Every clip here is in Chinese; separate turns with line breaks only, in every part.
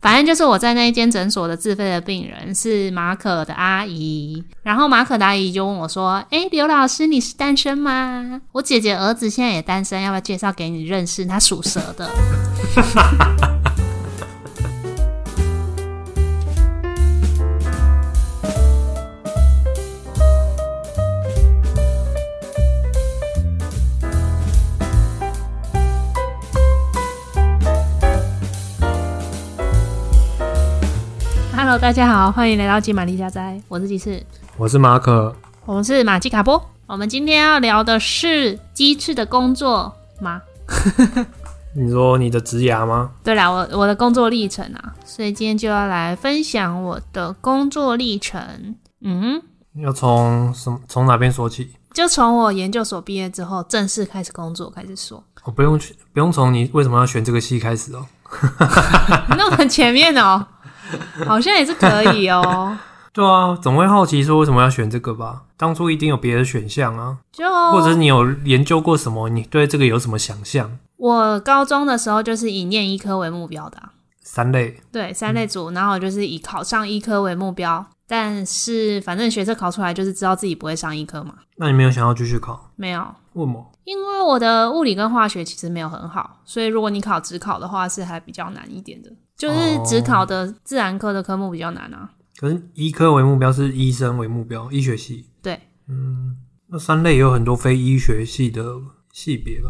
反正就是我在那一间诊所的自费的病人是马可的阿姨，然后马可的阿姨就问我说：“哎、刘老师，你是单身吗？我姐姐儿子现在也单身，要不要介绍给你认识？他属蛇的。”Hello，大家好，欢迎来到金玛丽家宅，我是鸡翅，
我是马可，
我们是马吉卡波。我们今天要聊的是鸡翅的工作吗？
你说你的职涯吗？
对啦，我我的工作历程啊，所以今天就要来分享我的工作历程。嗯，
要从什么从哪边说起？
就从我研究所毕业之后正式开始工作开始说，
我哦不用去，不用从你为什么要选这个戏开始哦。
那么前面哦，好像也是可以 哦。
对啊，总会好奇说为什么要选这个吧？当初一定有别的选项啊，
就
或者是你有研究过什么？你对这个有什么想象？
我高中的时候就是以念医科为目标的啊、
三类，
对，三类组，然后我就是以考上医科为目标，但是反正学测考出来就是知道自己不会上医科嘛，
那你没有想要继续考？
没有，
为什么？
因为我的物理跟化学其实没有很好，所以如果你考职考的话是还比较难一点的，
哦
就是职考的自然科的科目比较难啊。
可是医科为目标是医生为目标，医学系。
对，
嗯，那三类也有很多非医学系的系别吧？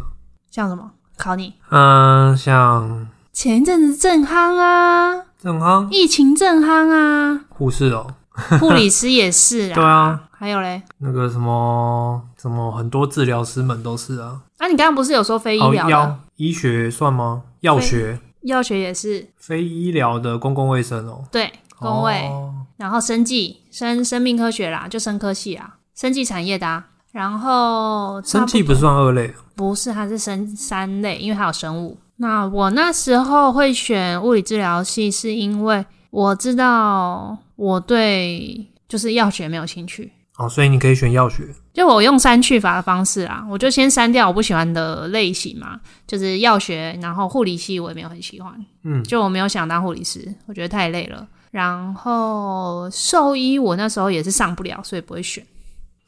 像什么考你
嗯、像
前一阵子正夯啊，
正康
疫情正夯 啊，
护士哦，
护理师也是
对
啊，
啊，
还有嘞，
那个什么什么，很多治疗师们都是啊。哦
啊，你刚刚不是有说非医疗的、
药医学算吗？药学
药学也是
非医疗的公共卫生哦、
对工位。
哦
然后生技生生命科学啦，就生科系啊，生技产业的啊。然后差
生
不
技不
多
算二类，
不是，它是生三类，因为它有生物。那我那时候会选物理治疗系，是因为我知道我对就是药学没有兴趣，
哦，所以你可以选药学。
就我用删去法的方式啦，我就先删掉我不喜欢的类型嘛，就是药学，然后护理系我也没有很喜欢，
嗯，
就我没有想当护理师，我觉得太累了。然后兽医我那时候也是上不了，所以不会选，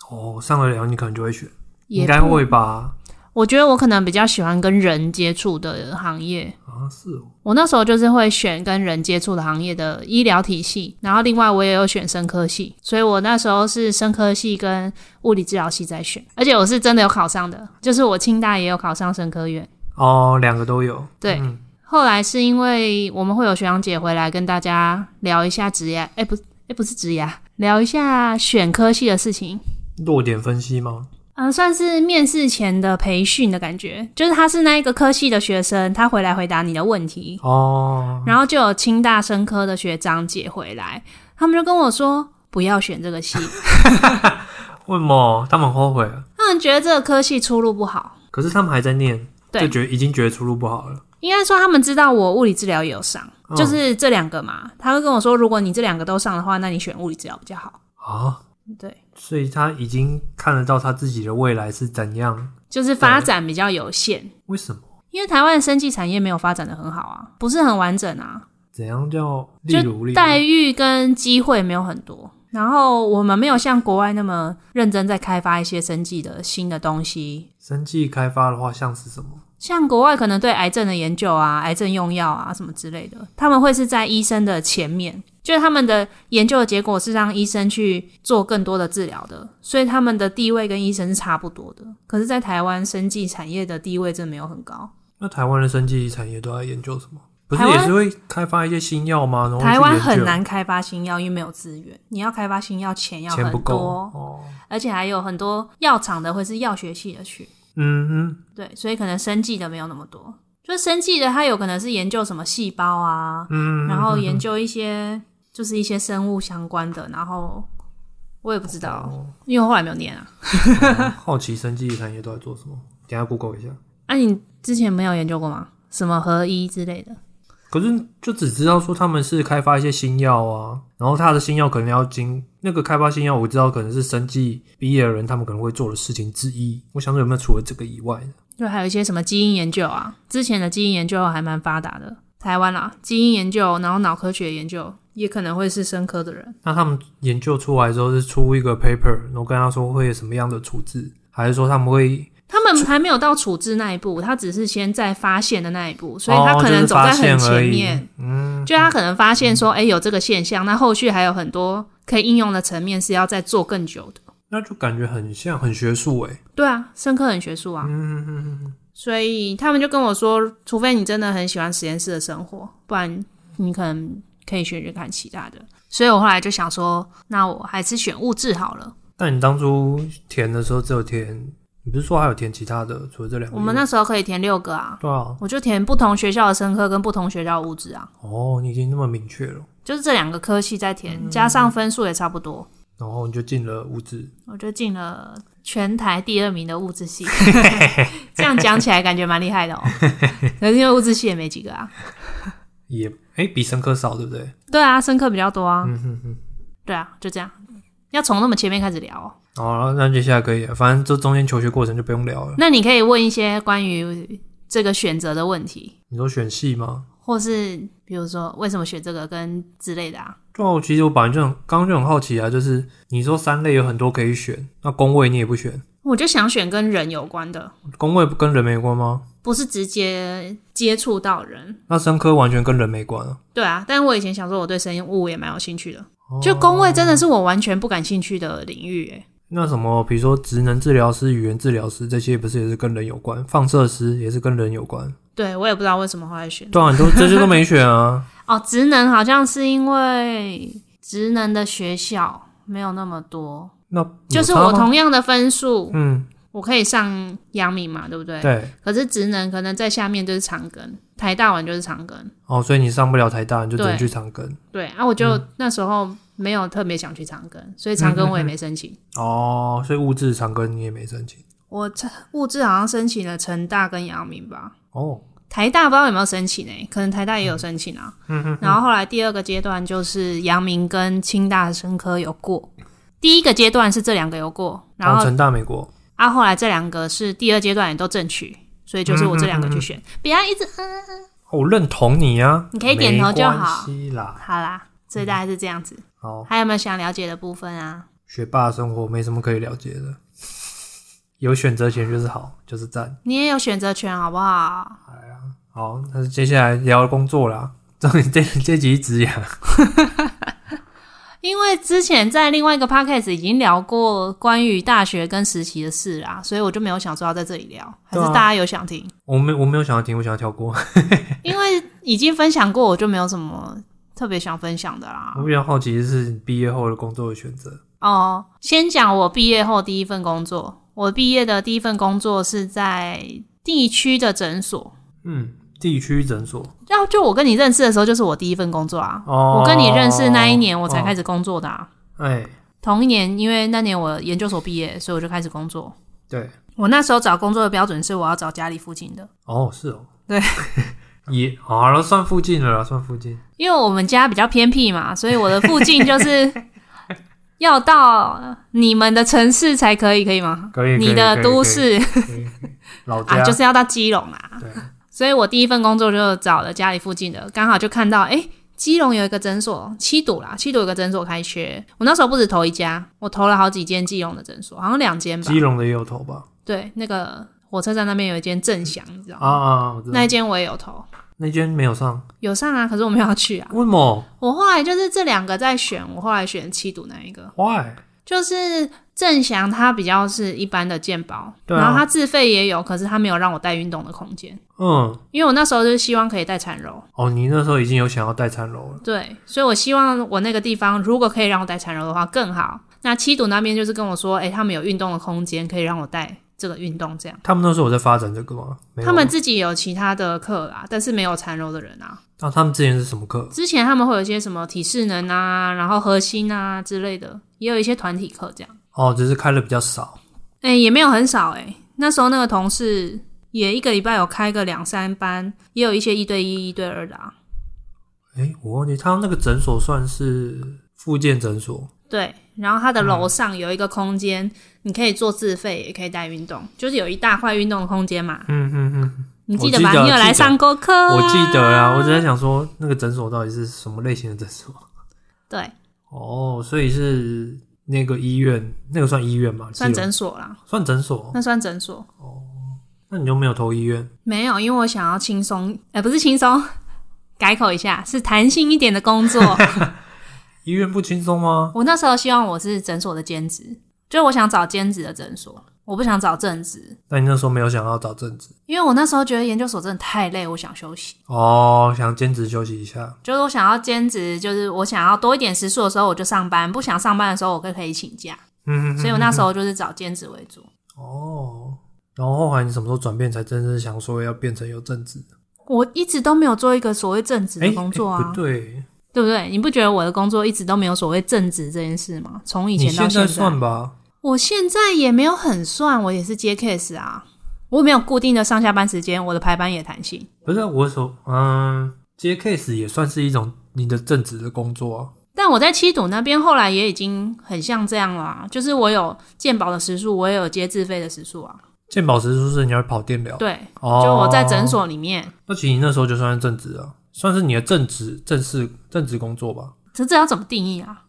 哦，上得了你可能就会选，
也
应该
不
会。吧？
我觉得我可能比较喜欢跟人接触的行业，
啊，是哦，
我那时候就是会选跟人接触的行业的医疗体系，然后另外我也有选生科系，所以我那时候是生科系跟物理治疗系在选，而且我是真的有考上的，就是我清大也有考上生科院。
哦，两个都有。
对
嗯
后来是因为我们会有学长姐回来跟大家聊一下职涯，哎、不，哎、不是职涯，聊一下选科系的事情。
弱点分析吗？
嗯，算是面试前的培训的感觉，就是他是那一个科系的学生，他回来回答你的问题，
哦，
然后就有清大生科的学长姐回来，他们就跟我说不要选这个系，
为什么他们后悔了？
他们觉得这个科系出路不好。
可是他们还在念，
对
就觉得已经觉得出路不好了。
应该说他们知道我物理治疗也有上，
嗯
就是这两个嘛。他会跟我说，如果你这两个都上的话，那你选物理治疗比较好。
啊，
对，
所以他已经看得到他自己的未来是怎样？
就是发展比较有限，
为什么？
因为台湾的生技产业没有发展的很好啊，不是很完整啊，
怎样叫例
就
如例如
待遇跟机会没有很多。然后我们没有像国外那么认真在开发一些生技的新的东西，
生技开发的话，像是什么？
像国外可能对癌症的研究啊、癌症用药啊什么之类的，他们会是在医生的前面，就是他们的研究的结果是让医生去做更多的治疗的，所以他们的地位跟医生是差不多的。可是，在台湾生技产业的地位真的没有很高，
那台湾的生技产业都在研究什么？不是
台湾
也是会开发一些新药吗？然后去
台湾
研究
很难开发新药，因为没有资源，你要开发新药钱要
钱不
很
够
多，
哦。
而且还有很多药厂的会是药学系的去，
嗯嗯，
对，所以可能生技的没有那么多。就是生技的，它有可能是研究什么细胞啊，
嗯
然后研究一些就是一些生物相关的，然后我也不知道，
哦
因为我后来没有念啊。
好奇生技产业都在做什么？等一下 Google 一下。
啊，你之前没有研究过吗？什么合一之类的？
可是就只知道说他们是开发一些新药啊，然后他的新药可能要经那个开发新药，我知道可能是生技毕业的人他们可能会做的事情之一。我想说有没有除了这个以外的？
就还有一些什么基因研究啊，之前的基因研究还蛮发达的。台湾啦，基因研究，然后脑科学研究，也可能会是生科的人。
那他们研究出来之后是出一个 paper，然后跟他说会有什么样的处置，还是说他们会
他们还没有到处置那一步，他只是先在发现的那一步，所以
哦
他可能
就是
走在
发现
很
而
前
已
面。嗯，就他可能发现说，哎、有这个现象，那后续还有很多可以应用的层面是要再做更久的。
那就感觉很像很学术欸诶、
对啊，生科很学术啊，
嗯嗯嗯嗯，
所以他们就跟我说，除非你真的很喜欢实验室的生活，不然你可能可以学学看其他的。所以我后来就想说，那我还是选物质好了。
那你当初填的时候只有填，你不是说还有填其他的，除了这两个
我
以外？
们那时候可以填六个啊，
对啊，
我就填不同学校的生科跟不同学校的物质啊，
哦，你已经那么明确了，
就是这两个科系在
嗯
填，加上分数也差不多，
然后你就进了物质，
我就进了全台第二名的物质 系。这样讲起来感觉蛮厉害的哦，可是因为物质系也没几个啊。
也诶、比生科少，对不对？
对啊，生科比较多啊。
嗯哼哼。
对啊，就这样。要从那么前面开始聊、哦，
哦，那接下来可以了，反正这中间求学过程就不用聊了。
那你可以问一些关于这个选择的问题，
你说选系吗？
或是比如说为什么选这个跟之类的啊。
对啊，我其实我本来就很刚刚就很好奇啊，就是你说三类有很多可以选，那工位你也不选，
我就想选跟人有关的，
工位跟人没关吗？
不是直接接触到人。
那生科完全跟人没关啊。
对啊，但我以前想说我对生物也蛮有兴趣的，
哦
就工位真的是我完全不感兴趣的领域、欸。
那什么，比如说职能治疗师、语言治疗师这些，不是也是跟人有关？放射师也是跟人有关。
对我也不知道为什么后来选
对啊，你都这些都没选啊。
哦，职能好像是因为职能的学校没有那么多，
那
就
有
是
差
我
吗
同样的分数，
嗯，
我可以上阳明嘛，对不对？
对
可是职能可能在下面就是长庚，台大完就是长庚。
哦，所以你上不了台大，你就只能
对
去长庚。
对啊，我就
嗯
那时候没有特别想去长庚，所以长庚我也没申请。
哦，所以物质长庚你也没申请。
我成物质好像申请了成大跟阳明吧，
哦，
台大不知道有没有申请呢、欸可能台大也有申请啊。
嗯
然后后来第二个阶段就是阳明跟清大生科有过，第一个阶段是这两个有过，然后
成大美国。
啊，后来这两个是第二阶段也都正取，所以就是我这两
嗯
个去选，不要一直
哦我认同你啊，
你可以点头就好
没关系啦。
好啦，所以大概是这样子。
好，
还有没有想了解的部分啊？
学霸的生活没什么可以了解的，有选择权就是好，就是赞。
你也有选择权，好不好？
好，那接下来聊工作啦。 这这这集职涯，
因为之前在另外一个 podcast 已经聊过关于大学跟实习的事啦，所以我就没有想说要在这里聊，还
对
是
啊
大家有想听？
我没我没有想要听，我想要跳过。
因为已经分享过，我就没有什么特别想分享的啦
我。比较好奇的是你毕业后的工作的选择。
哦，先讲我毕业后第一份工作。我毕业的第一份工作是在地区的诊所，
嗯，地区诊所
然后就我跟你认识的时候，就是我第一份工作啊。
哦，
我跟你认识那一年，我才开
始。
始工作的、啊。
哎、
同一年，因为那年我研究所毕业，所以我就开始工作。
对，
我那时候找工作的标准是我要找家里附近的，
哦，是哦，
对，
也好了，算附近了啦，算附近。
因为我们家比较偏僻嘛，所以我的附近就是 要到你们的城市才可以，可以吗？
可以，嗯可以
你的都市
老家、
啊，就是要到基隆啦。
对，
所以我第一份工作就找了家里附近的，刚好就看到哎。诶基隆有一个诊所，七堵啦，七堵有个诊所开缺。我那时候不止投一家，我投了好几间基隆的诊所，好像两间吧。
基隆的也有投吧？
对，那个火车站那边有一间正祥，你知道
啊
吗？
啊，啊我知道
那一间我也有投，
那间没有上，
有上啊，可是我没有要去啊。
为什么
我后来就是这两个在选，我后来选七堵那一个，
？Why？
就是正祥它比较是一般的健保，
对啊
然后它自费也有，可是它没有让我带运动的空间，
嗯，
因为我那时候就是希望可以带缠柔，
哦，你那时候已经有想要带餐楼了，
对，所以我希望我那个地方如果可以让我带缠柔的话更好。那七堵那边就是跟我说，哎、他们有运动的空间，可以让我带这个运动这样。
他们那时候有在发展这个吗？没有
他们自己有其他的课啦，但是没有缠柔的人啊。
那、他们之前是什么课？
之前他们会有一些什么体适能啊，然后核心啊之类的，也有一些团体课这样。
哦，只是开的比较少。
哎、也没有很少哎、那时候那个同事也一个礼拜有开个两三班，也有一些一对一、一对二的啊。
哎，我忘记他那个诊所算是附件诊所，
对，然后它的
嗯
楼上有一个空间，你可以做自费，也可以带运动，就是有一大块运动的空间嘛。
嗯嗯嗯，
你记
我
得
记
吧？
得
你有来
记得
上过课、啊？
我记得啦，我只在想说那个诊所到底是什么类型的诊所？
对，
哦，所以是那个医院，那个算医院吗？
算
基隆
诊嗯所啦，
算诊所？
那算诊所。
那你就没有投医院？
没有，因为我想要轻松，呃，不是轻松， 改口一下，是弹性一点的工作。
医院不轻松吗？
我那时候希望我是诊所的兼职，就是我想找兼职的诊所，我不想找正职，
但你那时候没有想要找正职
因为我那时候觉得研究所真的太累，我想休息。
哦，想兼职休息一下。
就是我想要兼职，就是我想要多一点时数的时候我就上班，不想上班的时候我可可以请假，
嗯，
所以我那时候就是找兼职为主。
哦，然后后来你什么时候转变才真正想说要变成有正职？
我一直都没有做一个所谓正职
哎、
的工作啊，
不对，
对不对？你不觉得我的工作一直都没有所谓正职这件事吗？从以前
你
到
现
在
在算吧。
我现在也没有很算，我也是接 case 啊，我没有固定的上下班时间，我的排班也弹性。
不是我所嗯，接 case 也算是一种你的正职的工作啊。
但我在七堵那边后来也已经很像这样了啊、就是我有鉴宝的时数，我也有接自费的时数啊。
健保时数是你要跑电疗，
对，
哦，
就我在诊，所里面，
那其实你那时候就算是正职啊，算是你的正职正式正职工作吧。
这这要怎么定义啊？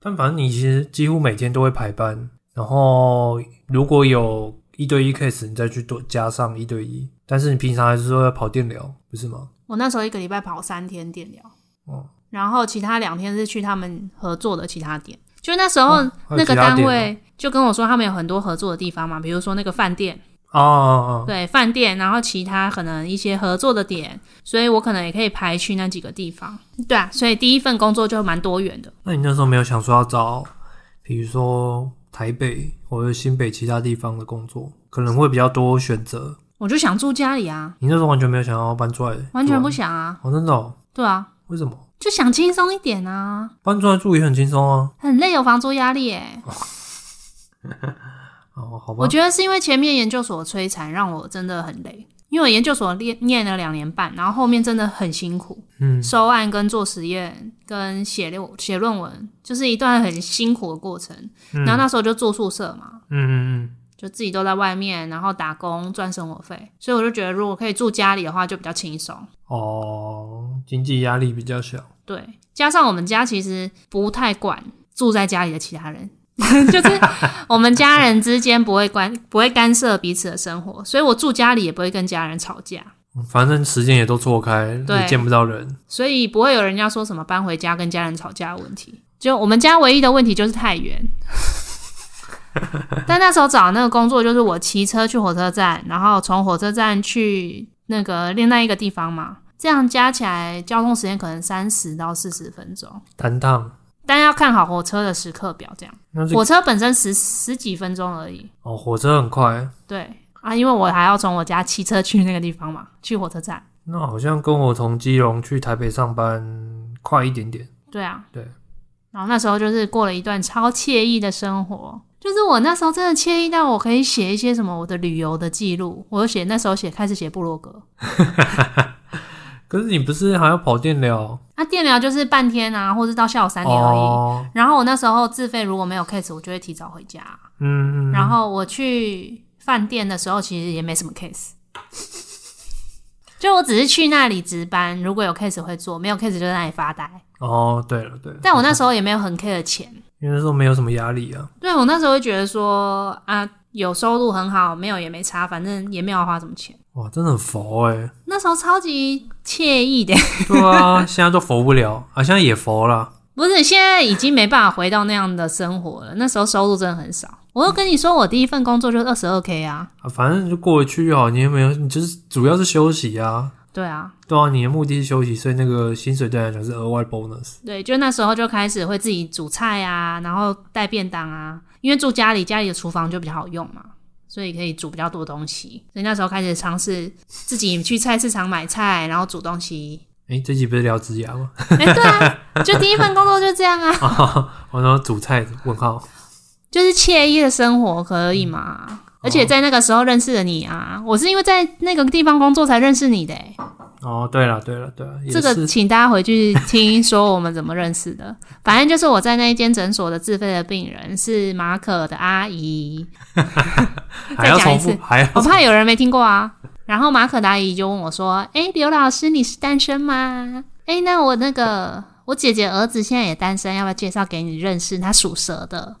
但反正你其实几乎每天都会排班，然后如果有一对一 case，你再去多加上一对一。但是你平常还是说要跑电疗，不是吗？
我那时候一个礼拜跑三天电疗，
哦
然后其他两天是去他们合作的其他点。就那时候、
哦还有
那个
其他
单
店
位就跟我说，他们有很多合作的地方嘛，比如说那个饭店，
啊啊啊！
对饭店，然后其他可能一些合作的点，所以我可能也可以排去那几个地方。对啊，所以第一份工作就蛮多元的。
那你那时候没有想说要找，比如说台北或者新北其他地方的工作，可能会比较多选择。
我就想住家里啊，
你那时候完全没有想要搬出来，
完全不
想。
想啊，
哦，真的、哦？
对啊，
为什么？
就想轻松一点啊，
搬出来住也很轻松啊。
很累，有房租压力耶、
哦，好吧
我。觉得是因为前面研究所的摧残，让我真的很累。因为我研究所念念了两年半，然后后面真的很辛苦，
嗯，
收案跟做实验跟写论写论文，就是一段很辛苦的过程。
嗯
然后那时候就住宿舍嘛，
嗯嗯
就自己都在外面，然后打工赚生活费，所以我就觉得如果可以住家里的话，就比较轻松。
嗯。哦，经济压力比较小。
对，加上我们家其实不太管住在家里的其他人， 就是我们家人之间不会关不会干涉彼此的生活，所以我住家里也不会跟家人吵架，
嗯反正时间也都错开，
对
也见不到人。
所以不会有人家说什么搬回家跟家人吵架的问题。就我们家唯一的问题就是太远。 但那时候找那个工作，就是我骑车去火车站，然后从火车站去那个另外一个地方嘛，这样加起来交通时间可能三十到四十分钟，
弹烫，
但要看好火车的时刻表，这样
那是
火车本身十十几分钟而已。
哦，火车很快，
对啊，因为我还要从我家骑车去那个地方嘛， 去火车站。
那好像跟我从基隆去台北上班快一点点。
对啊，
对。
然后那时候就是过了一段超惬意的生活，就是我那时候真的惬意到我可以写一些什么我的旅游的记录，我就写那时候写开始写部落格。
可是你不是还要跑电疗？
那、啊电疗就是半天啊，或是到下午三点而已。
哦，
然后我那时候自费如果没有 case，我就会提早回家。
嗯，嗯
然后我去饭店的时候，其实也没什么 case，就我只是去那里值班，如果有 case 会做，没有 case 就在那里发呆。
哦，对了对了，
但我那时候也没有很 care 钱，
因为那时候没有什么压力啊。
对我那时候会觉得说啊，有收入很好，没有也没差，反正也没有要花什么钱。
哇，真的很佛哎、
那时候超级惬意的，
对啊，现在都佛不了啊，现在也佛了。
不是现在已经没办法回到那样的生活了。那时候收入真的很少，我又跟你说，我第一份工作就是二十二 k 啊，
啊反正就过得去就好，你也没有，你就是主要是休息啊，
对啊，
对啊，你的目的是休息，所以那个薪水对你来讲是额外 bonus。
对，就那时候就开始会自己煮菜啊，然后带便当啊，因为住家里，家里的厨房就比较好用嘛，所以可以煮比较多东西。所以那时候开始尝试自己去菜市场买菜，然后煮东西。
哎、这集不是聊植牙吗？
哎、对啊，就第一份工作就这样啊，
啊，我然后煮菜问号。
就是惬意的生活，可以吗？
嗯
而且在那个时候认识的你啊，我是因为在那个地方工作才认识你的、欸。
哦，对了，对了，对了，也
这个
是
请大家回去听，说我们怎么认识的。反正就是我在那一间诊所的自费的病人是马可的阿姨，
还要
再讲一
重
次哦
复，还要
我怕有人没听过啊。然后马可达姨就问我说：“哎，刘老师，你是单身吗？哎，那我那个我姐姐儿子现在也单身，要不要介绍给你认识？他属蛇的。”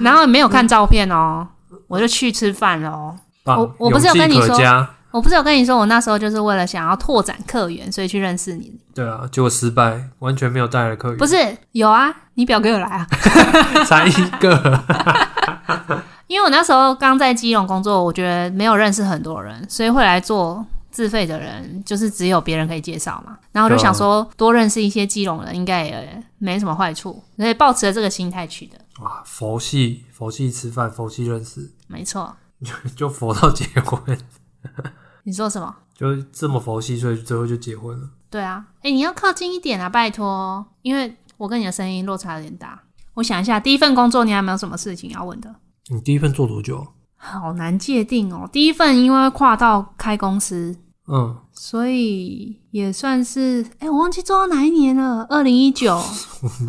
然后没有看照片哦，我就去吃饭喽。
棒
我我不是有跟你
勇气可
说
嘉
我不是有跟你说，我那时候就是为了想要拓展客源，所以去认识你。
对啊，结果失败，完全没有带来客源，
不是有啊，你表哥有来啊，
才一个。
因为我那时候刚在基隆工作，我觉得没有认识很多人，所以会来做自费的人，就是只有别人可以介绍嘛。然后我就想说，多认识一些基隆人，应该也没什么坏处，所以抱持了这个心态去的。
哇，佛系佛系吃饭，佛系认识，
没错，
就佛到结婚，
你说什么？
就这么佛系，所以最后就结婚了。
对啊，哎，你要靠近一点啊，拜托，因为我跟你的声音落差有点大。我想一下，第一份工作你还有没有什么事情要问的？
你第一份做多久？
好难界定哦。第一份因为跨到开公司，
嗯，
所以也算是，哎、我忘记做到哪一年了，二零一 九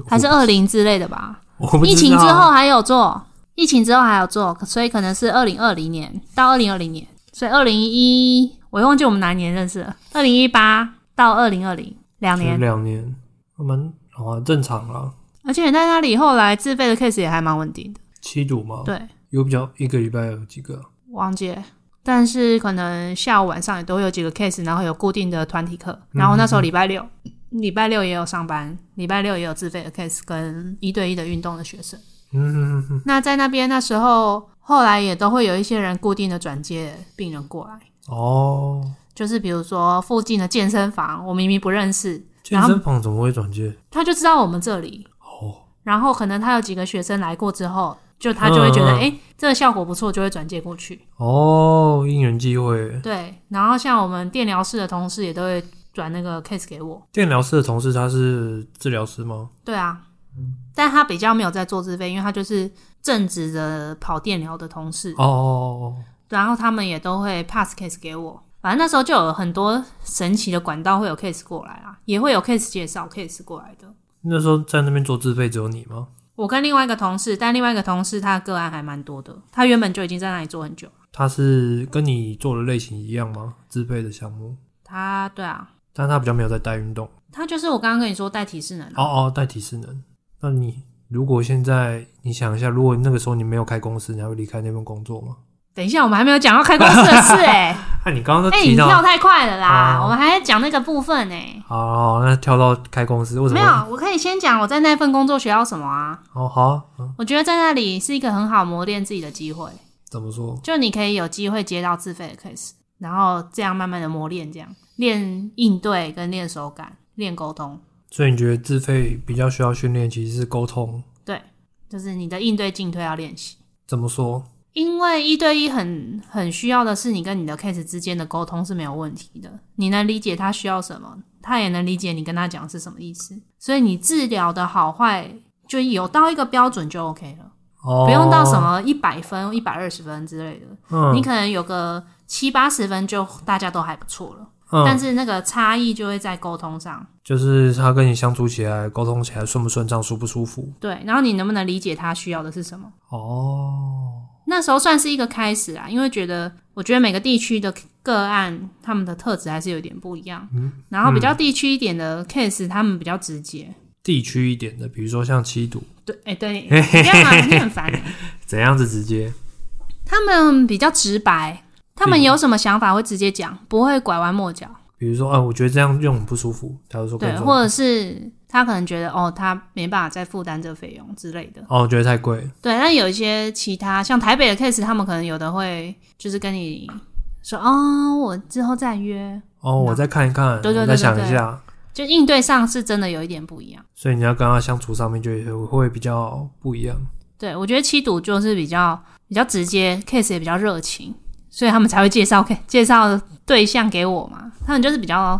还是二零之类的吧。
我不知道
疫情之后还有做，疫情之后还有做，所以可能是二零二零年到二零二零年，所以二零一，我忘记我们哪一年认识了，二零一八到二零二零两
就
年，
两年，还蛮好啊，正常啦。
而且在那里后来自费的 case 也还蛮稳定的，
七组嘛，
对，
有比较一个礼拜有几个？
王姐。但是可能下午晚上也都会有几个 case，然后有固定的团体课，然后那
嗯
时候礼拜六，礼拜六也有上班，礼拜六也有自费的 case 跟一对一的运动的学生。
嗯，嗯嗯
那在那边那时候，后来也都会有一些人固定的转接病人过来，
哦，
就是比如说附近的健身房，我明明不认识，
健身房怎么会转介？
他就知道我们这里，
哦，
然后可能他有几个学生来过之后，就他就会觉得，
嗯嗯嗯
哎、这个效果不错，就会转接过去。
哦，因缘际会。
对，然后像我们电疗室的同事也都会转那个 case 给我。
电疗室的同事他是治疗师吗？
对啊，但他比较没有在做自费，因为他就是正职的跑电疗的同事，
哦哦
然后他们也都会 pass case 给我。反正那时候就有很多神奇的管道会有 case 过来啊，也会有 case 介绍 case 过来的。
哦，那时候在那边做自费只有你吗？
我跟另外一个同事，但另外一个同事他的个案还蛮多的，他原本就已经在那里做很久了。
他是跟你做的类型一样吗？自费的项目，
他对啊，
但他比较没有在带运动。
他就是我刚刚跟你说代替势能啊、
哦哦，代替势能。那你如果现在你想一下，如果那个时候你没有开公司，你还会离开那份工作吗？
等一下，我们还没有讲到开公司的事哎、
哎、你刚刚都
哎、
提
你
到，
跳太快了啦！
哦
我们还在讲那个部分呢、
好好，哦那跳到开公司为什么
没
会？
有，我可以先讲我在那份工作学到什么啊？
哦，好啊、嗯
我觉得在那里是一个很好磨练自己的机会，
怎么说？
就你可以有机会接到自费的 case，然后这样慢慢的磨练，这样练应对跟练手感，练沟通，
所以你觉得自费比较需要训练，其实是沟通。
就是你的应对进退要练习。
怎么说？
因为一对一很很需要的是你跟你的 case 之间的沟通是没有问题的，你能理解他需要什么，他也能理解你跟他讲是什么意思，所以你治疗的好坏就有到一个标准就 OK 了，
哦，
不用到什，么一百分、一百二十分之类的，
嗯，
你可能有个七八十分就大家都还不错了，
嗯，
但是那个差异就会在沟通上，
就是他跟你相处起来、沟通起来顺不顺畅、舒不舒服？
对，然后你能不能理解他需要的是什么？
哦，
那时候算是一个开始啊，因为觉得我觉得每个地区的个案他们的特质还是有点不一样，然后比较地区一点的 case 他们比较直接。
地区一点的，比如说像七堵，
对，哎、对，你干嘛？你很烦欸、
怎样子直接？
他们比较直白，他们
嗯
有什么想法会直接讲，不会拐弯抹角。
比如说，啊，我觉得这样用很不舒服，他就说跟
对，
你说，
或者是他可能觉得哦，他没办法再负担这个费用之类的。
哦，我觉得太贵，
对，但有一些其他像台北的 case，他们可能有的会就是跟你说哦，我之后再约，
哦，我再看一看，
对对对
我再想
对
一
对
下，
就应对上是真的有一点不一样。
所以你要跟他相处上面就会会比较不一样。
对，我觉得七赌就是比较比较直接，case 也比较热情，所以他们才会介绍介绍对象给我嘛。他们就是比较，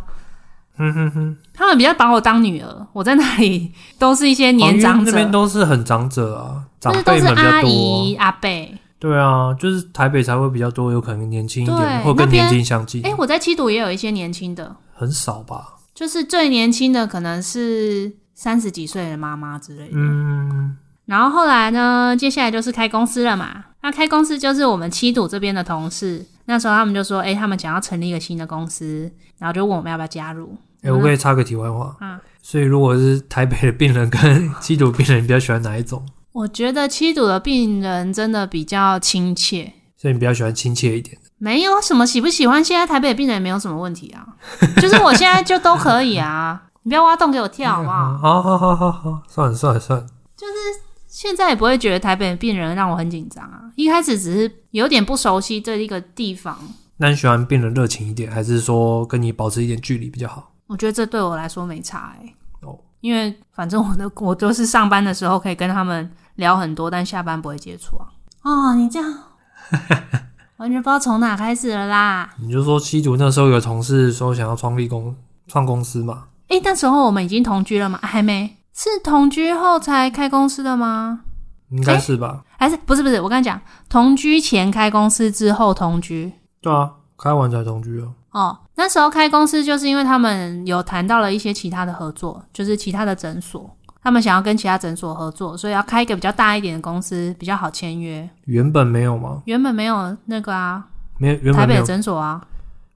哼嗯哼哼，
他们比较把我当女儿。我在那里都是一些年
哦因
长
为那
者，
边都是很长者啊，长
就是都
辈
是
们比较
阿
多
姨
啊。
阿伯。
对啊，就是台北才会比较多，有可能年轻一点，
对
或跟
那边
年纪相近
哎、，我在七赌也有一些年轻的，
很少吧？
就是最年轻的可能是三十几岁的妈妈之类的。
嗯，
然后后来呢，接下来就是开公司了嘛。那开公司就是我们七堵这边的同事，那时候他们就说，哎、他们想要成立一个新的公司，然后就问我们要不要加入。
哎、我可以插个题外话。
嗯。
所以，如果是台北的病人跟基督病人，你比较喜欢哪一种？
我觉得七堵的病人真的比较亲切，
所以你比较喜欢亲切一点。
没有什么喜不喜欢。现在台北的病人没有什么问题啊，就是我现在就都可以 啊，你不要挖洞给我跳好不好？
好好好好好，算了算了算了。
现在也不会觉得台北的病人让我很紧张啊，一开始只是有点不熟悉这一个地方，
那你喜欢病人热情一点，还是说跟你保持一点距离比较好？
我觉得这对我来说没差哎、
哦，
因为反正我的我都是上班的时候可以跟他们聊很多，但下班不会接触啊。哦，你这样完全不知道从哪开始了啦。
你就说吸毒那时候有同事说想要创立公创公司嘛？
诶，那时候我们已经同居了吗？啊还没，是同居后才开公司的吗？
应该是吧？
还是不是不是？我跟你讲，同居前开公司之后同居。
对啊，开完才同居啊。
哦，那时候开公司就是因为他们有谈到了一些其他的合作，就是其他的诊所，他们想要跟其他诊所合作，所以要开一个比较大一点的公司，比较好签约。
原本没有吗？
原本没有那个啊，
没有，原
台
本没
北的
有。
诊所啊，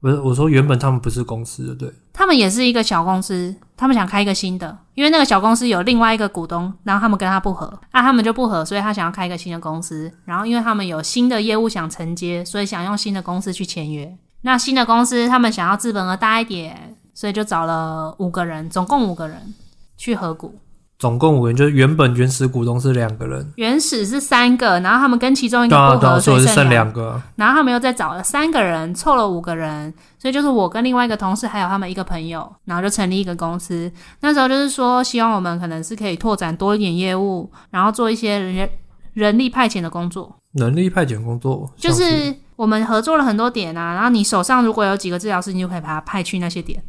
不是，我说原本他们不是公司的，对。
他们也是一个小公司，他们想开一个新的，因为那个小公司有另外一个股东，然后他们跟他不合，啊，他们就不合，所以他想要开一个新的公司，然后因为他们有新的业务想承接，所以想用新的公司去签约。那新的公司他们想要资本额大一点，所以就找了五个人，总共五个人去合股。
总共五个人，就是原本原始股东是两个人，
原始是三个，然后他们跟其中一
对啊
个不
对啊，
合，
所
所
以
以
是剩
剩
两个啊。
然后他们又再找了三个人，凑了五个人，所以就是我跟另外一个同事，还有他们一个朋友，然后就成立一个公司。那时候就是说，希望我们可能是可以拓展多一点业务，然后做一些人人力派遣的工作，
能力派遣工作
就
像是
是我们合作了很多点啊，然后你手上如果有几个治疗师，你就可以把他派去那些点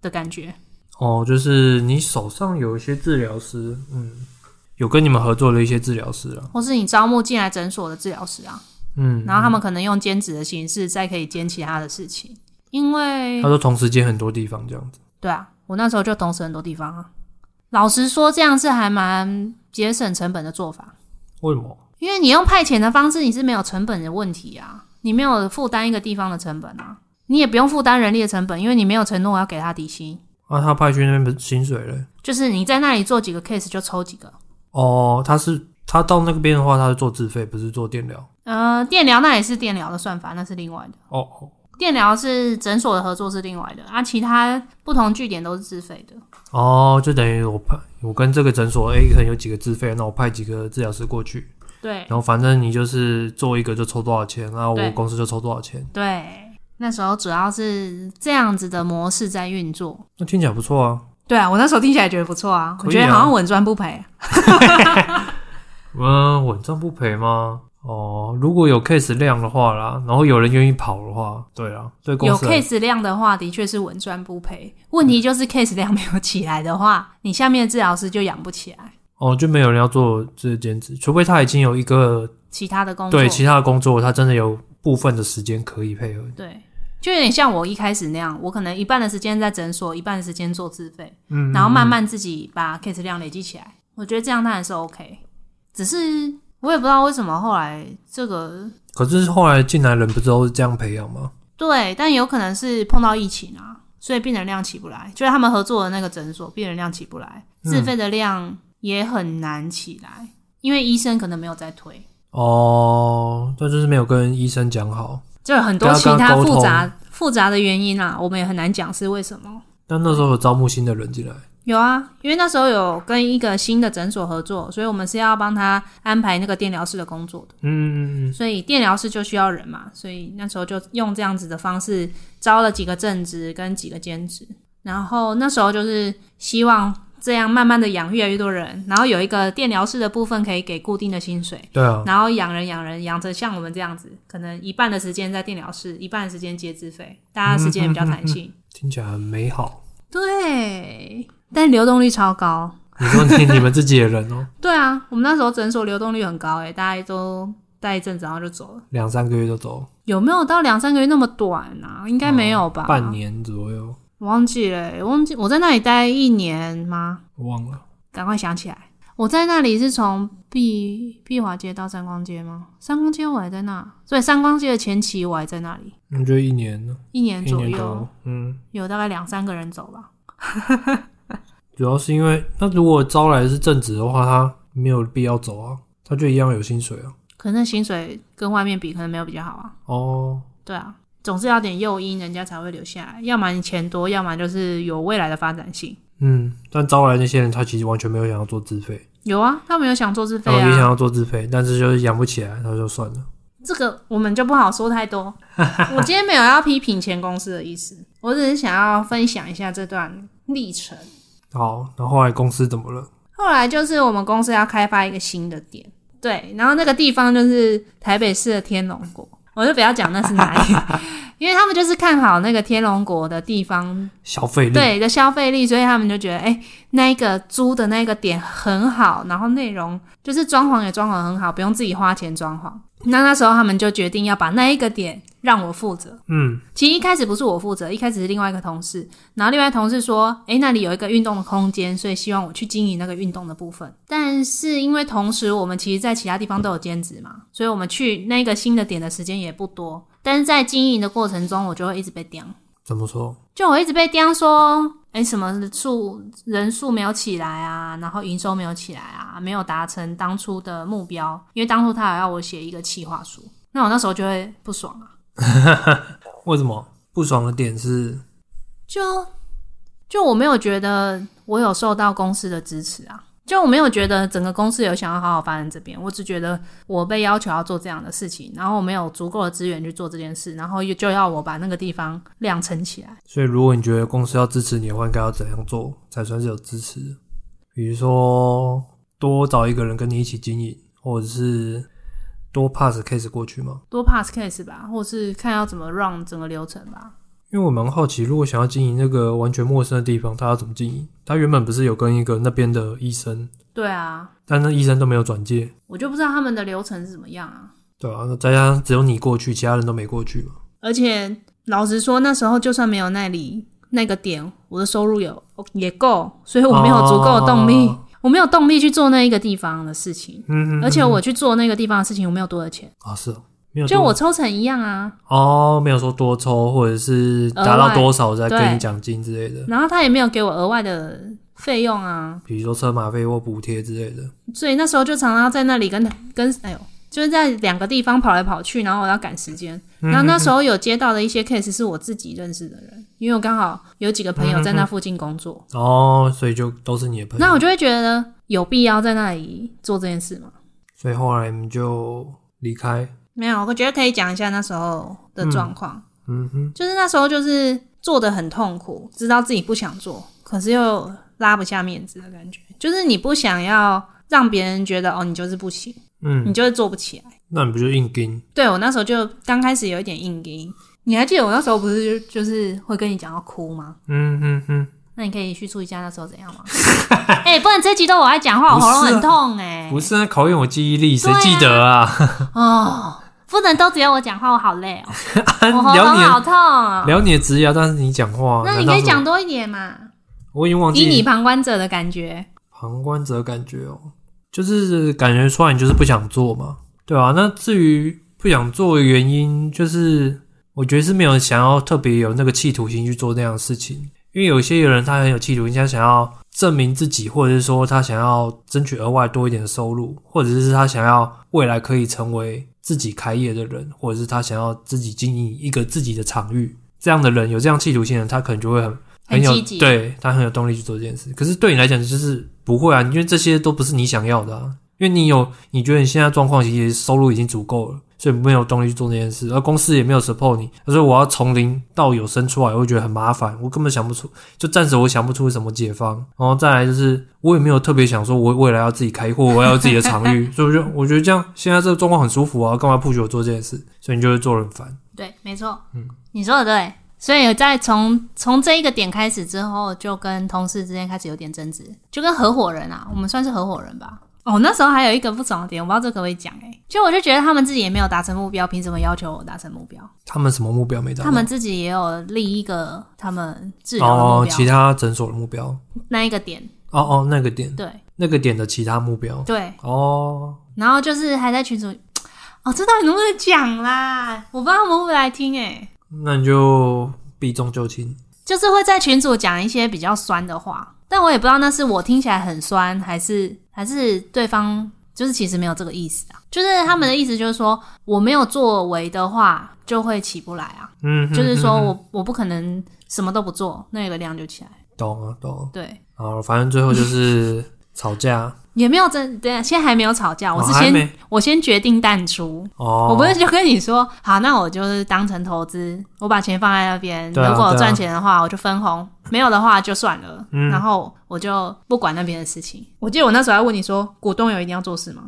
的感觉。
哦，就是你手上有一些治疗师，嗯，有跟你们合作的一些治疗师啊，
或是你招募进来诊所的治疗师啊，
嗯，
然后他们可能用兼职的形式再可以兼其他的事情，因为
他说同时接很多地方这样子，
对啊，我那时候就同时很多地方啊。老实说，这样是还蛮节省成本的做法，
为什么？
因为你用派遣的方式，你是没有成本的问题啊，你没有负担一个地方的成本啊，你也不用负担人力的成本，因为你没有承诺要给他底薪，
啊，他派去那边的薪水嘞？
就是你在那里做几个 case 就抽几个。
哦，他是他到那边的话，他是做自费，不是做电疗。
呃，电疗那也是电疗的算法，那是另外的。
哦哦
电疗是诊所的合作是另外的，啊，其他不同据点都是自费的。
哦，就等于我派我跟这个诊所，哎、可能有几个自费，那我派几个治疗师过去，
对
然后反正你就是做一个就抽多少钱，然后我
对
公司就抽多少钱，
对，那时候主要是这样子的模式在运作。
那听起来不错啊。
对啊，我那时候听起来觉得不错啊，
可以啊
我觉得好像稳赚不赔。
嗯，稳赚不赔吗？哦，如果有 case 量的话啦，然后有人愿意跑的话，对啊，对公
有
司来
case 量的话，的确是稳赚不赔。问题就是 case 量没有起来的话， 你下面的治疗师就养不起来
哦就没有人要做这个兼职，除非他已经有一个
其他的工作。
对其他的工作，他真的有部分的时间可以配合。
对就有点像我一开始那样，我可能一半的时间在诊所，一半的时间做自费，
嗯，
然后慢慢自己把 case 量累积起来。我觉得这样当然是 OK，只是我也不知道为什么后来这个
可是后来进来人不是都是这样培养吗？
对，但有可能是碰到疫情啊，所以病人量起不来。就是他们合作的那个诊所，病人量起不来，
嗯
自费的量也很难起来，因为医生可能没有在推，
哦，这就是没有跟医生讲好。
就有很多
跟他
其他
啊沟通
复杂复杂的原因啊，我们也很难讲是为什么。
但那时候有招募新的人进来，
有啊，因为那时候有跟一个新的诊所合作，所以我们是要帮他安排那个电疗室的工作的，
嗯，
所以电疗室就需要人嘛，所以那时候就用这样子的方式招了几个正职跟几个兼职，然后那时候就是希望这样慢慢的养越来越多人，然后有一个电疗室的部分可以给固定的薪水，
对啊，
然后养人养人养着像我们这样子，可能一半的时间在电疗室，一半的时间接自费，大家时间也比较弹性。
听起来很美好。
对，但流动率超高。
你说你你们自己的人哦，
对啊，我们那时候诊所流动率很高诶、欸大家都待一阵子然后就走了。
两三个月就走，
有没有到两三个月那么短啊？应该没有吧？
哦半年左右，
我忘记了欸、我忘记我在那里待一年吗？
我忘了。
赶快想起来，我在那里是从碧碧华街到三光街吗？三光街我还在那，所以三光街的前期我还在那里，
那就一年了，
一年
一
左
年
右
多，嗯，
有大概两三个人走吧。
主要是因为那如果招来的是正职的话，他没有必要走啊，他就一样有薪水啊。
可能薪水跟外面比，可能没有比较好啊。
哦，
对啊，总是要点诱因，人家才会留下来。要么你钱多，要么就是有未来的发展性。
嗯，但招来那些人，他其实完全没有想要做自费，
有啊，他们有想做自费
他们也想
啊，
要做自费，但是就是养不起来，然后就算了。
这个我们就不好说太多。我今天没有要批评前公司的意思，我只是想要分享一下这段历程。
好，然后后来公司怎么了？
后来就是我们公司要开发一个新的店，对，然后那个地方就是台北市的天龙国，我就不要讲那是哪里，因为他们就是看好那个天龙国的地方
消费力，
对的消费力，所以他们就觉得，哎、那一个租的那个点很好，然后内容就是装潢也装潢很好，不用自己花钱装潢。那那时候他们就决定要把那一个点让我负责。
嗯，
其实一开始不是我负责，一开始是另外一个同事，然后另外同事说，哎、那里有一个运动的空间，所以希望我去经营那个运动的部分。但是因为同时我们其实在其他地方都有兼职嘛，所以我们去那个新的点的时间也不多。但是在经营的过程中，我就会一直被刁。
怎么说？
就我一直被刁说，哎、什么数人数没有起来啊，然后营收没有起来啊，没有达成当初的目标，因为当初他有要我写一个企划书，那我那时候就会不爽啊，
为什么不爽的点是？
就就我没有觉得我有受到公司的支持啊。就我没有觉得整个公司有想要好好发展这边，我只觉得我被要求要做这样的事情，然后我没有足够的资源去做这件事，然后又就要我把那个地方亮撑起来。
所以如果你觉得公司要支持你的话，应该要怎样做才算是有支持？比如说多找一个人跟你一起经营，或者是多 pass case 过去吗？
多 pass case 吧，或是看要怎么 run 整个流程吧。
因为我蛮好奇，如果想要经营那个完全陌生的地方，他要怎么经营？他原本不是有跟一个那边的医生，
对啊，
但那医生都没有转介，
我就不知道他们的流程是怎么样啊。
对啊，那再加上只有你过去，其他人都没过去嘛。
而且老实说，那时候就算没有那里那个点，我的收入有也够，所以我没有足够的动力，
哦
我没有动力去做那一个地方的事情。
嗯，嗯
而且
嗯
我去做那个地方的事情，我没有多的钱，
啊是哦，没有
就
多
我抽成一样啊。
哦，没有说多抽或者是达
额
到
外
多少再给
对
你奖金之类的，
然后他也没有给我额外的费用啊，
比如说车马费或补贴之类的。
所以那时候就常常在那里跟跟哎呦，就是在两个地方跑来跑去，然后我要赶时间。然后那时候有接到的一些 case 是我自己认识的人，因为我刚好有几个朋友在那附近工作，
哦，所以就都是你的朋友。
那我就会觉得有必要在那里做这件事吗？
所以后来你们就离开。
没有，我觉得可以讲一下那时候的状况，
嗯哼，
就是那时候就是做的很痛苦，知道自己不想做，可是又拉不下面子的感觉，就是你不想要让别人觉得哦，你就是不行，
嗯，
你就是做不起来。
那你不就硬盯？
对我那时候就刚开始有一点硬硬，你还记得我那时候不是就就是会跟你讲要哭吗？
嗯哼哼，
那你可以叙述一下那时候怎 样吗？哎、不能这集都我在讲话，我喉咙很痛哎、
不是在考验我记忆力，谁
对啊
记得啊？
哦，不能都只有我讲话，我好累哦，我喉
聊
咙
你
好
的
痛哦、
聊你的职业，啊但是你讲话，
那你
难道
可以
是
讲多一点嘛，
我，我已经忘
以你
记
旁观者的感觉。
旁观者感觉哦、就是感觉出来你就是不想做嘛，对啊，那至于不想做的原因，就是我觉得是没有想要特别有那个企图心去做那样的事情，因为有些人他很有企图心，他想要证明自己，或者是说他想要争取额外多一点的收入，或者是他想要未来可以成为自己开业的人，或者是他想要自己经营一个自己的场域，这样的人有这样企图心的人，他可能就会很
很
有
积极
对他很有动力去做这件事。可是对你来讲，就是不会啊，因为这些都不是你想要的啊。因为你有，你觉得你现在状况其实收入已经足够了，所以没有动力去做这件事，而公司也没有 support 你，所以我要从零到有生出来，我会觉得很麻烦，我根本想不出，就暂时我想不出什么解方。然后再来就是，我也没有特别想说我未来要自己开阔，我要有自己的场域， 所以我就我觉得这样现在这个状况很舒服啊，干嘛不许我做这件事？所以你就会做人烦。
对，没错，你说的对。所以在从从这一个点开始之后，就跟同事之间开始有点争执，就跟合伙人啊，我们算是合伙人吧。哦，那时候还有一个不爽的点，我不知道这可不可以讲诶、就我就觉得他们自己也没有达成目标，凭什么要求我达成目标？
他们什么目标没达到？
他们自己也有另一个他们治疗的目
哦，
标，
其他诊所的目标。
那一个点
哦哦，那个点，
对。
那个点的其他目标。
对，
哦，
然后就是还在群组，哦，这到底能不能讲啦？我不知道他们会不会来听诶、欸
那你就避重就轻。
就是会在群组讲一些比较酸的话，但我也不知道那是我听起来很酸，还是还是对方就是其实没有这个意思啊。就是他们的意思就是说，我没有作为的话就会起不来啊，
嗯，
就是说
嗯嗯
我我不可能什么都不做，那个量就起来。
懂啊懂。
对，
好，反正最后就是 吵架。
也没有真对，现在还没有吵啊架，我是
哦还
先、
没
我先决定淡出。
哦，
我不是就跟你说，好，那我就是当成投资，我把钱放在那边，
对啊
如果我
对啊
赚钱的话，我就分红；没有的话就算了，
嗯
然后我就不管那边的事情。我记得我那时候还问你说，股东有一定要做事 吗？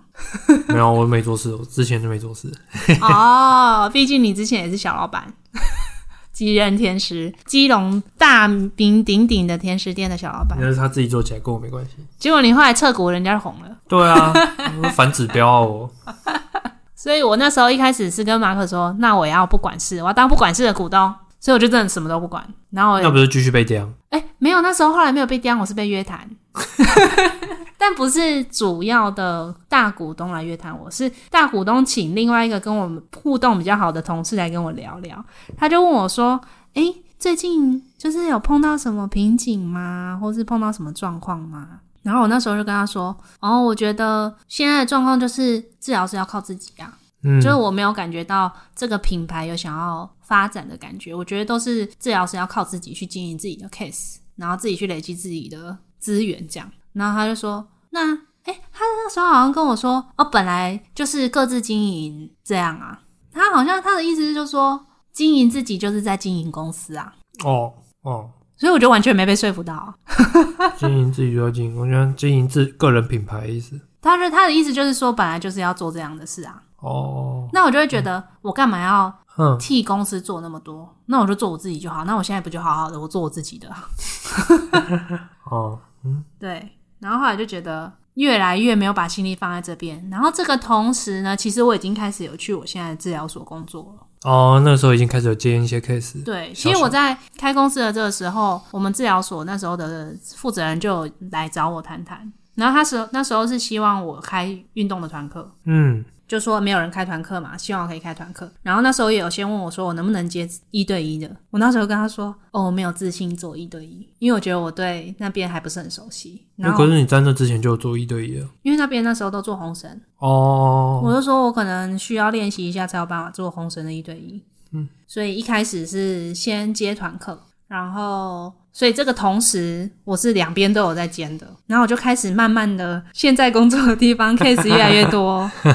没有，我没做事，我之前就没做事。
哦，毕竟你之前也是小老板， 继任天师，基隆大名鼎鼎的天师店的小老板。
但是他自己做起来跟我没关系。
结果你后来撤股，人家就红了。
对啊，我反指标 啊我。
所以我那时候一开始是跟马可说，那我要不管事，我要当不管事的股东，所以我就真的什么都不管。然后我也
那不是继续被刁？
哎、没有，那时候后来没有被刁，我是被约谈， 但不是主要的大股东来约谈我，是大股东请另外一个跟我们互动比较好的同事来跟我聊聊。他就问我说：“哎、最近就是有碰到什么瓶颈吗？或是碰到什么状况吗？”然后我那时候就跟他说：“哦，我觉得现在的状况就是治疗是要靠自己啊。”
嗯，
就是我没有感觉到这个品牌有想要发展的感觉。我觉得都是治疗师要靠自己去经营自己的 case，然后自己去累积自己的资源这样。然后他就说，那诶、他那时候好像跟我说，哦，本来就是各自经营这样啊。他好像他的意思是就是说，经营自己就是在经营公司啊。
哦哦，
所以我就完全没被说服到啊、
经营自己就要经营，我觉得经营自个人品牌的意思。
他的他的意思就是说，本来就是要做这样的事啊。
哦，
那我就会觉得，我干嘛要
哼，
替公司做那么多，那我就做我自己就好。那我现在不就好好的，我做我自己的啊。
哦，
对，然后后来就觉得越来越没有把心力放在这边。然后这个同时呢，其实我已经开始有去我现在的治疗所工作了。
哦，那时候已经开始有接一些 case。
对，
小
其实我在开公司的这个时候，我们治疗所那时候的负责人就有来找我谈谈。然后他时候那时候是希望我开运动的团课，
嗯，
就说没有人开团课嘛，希望我可以开团课。然后那时候也有先问我说我能不能接一对一的，我那时候跟他说哦，我没有自信做一对一，因为我觉得我对那边还不是很熟悉。然
那
后
可是你在那之前就有做一对一了。
因为那边那时候都做红绳，
哦，
我就说我可能需要练习一下才有办法做红绳的一对一。
嗯，
所以一开始是先接团课，然后所以这个同时我是两边都有在兼的，然后我就开始慢慢的现在工作的地方 case 越来越多，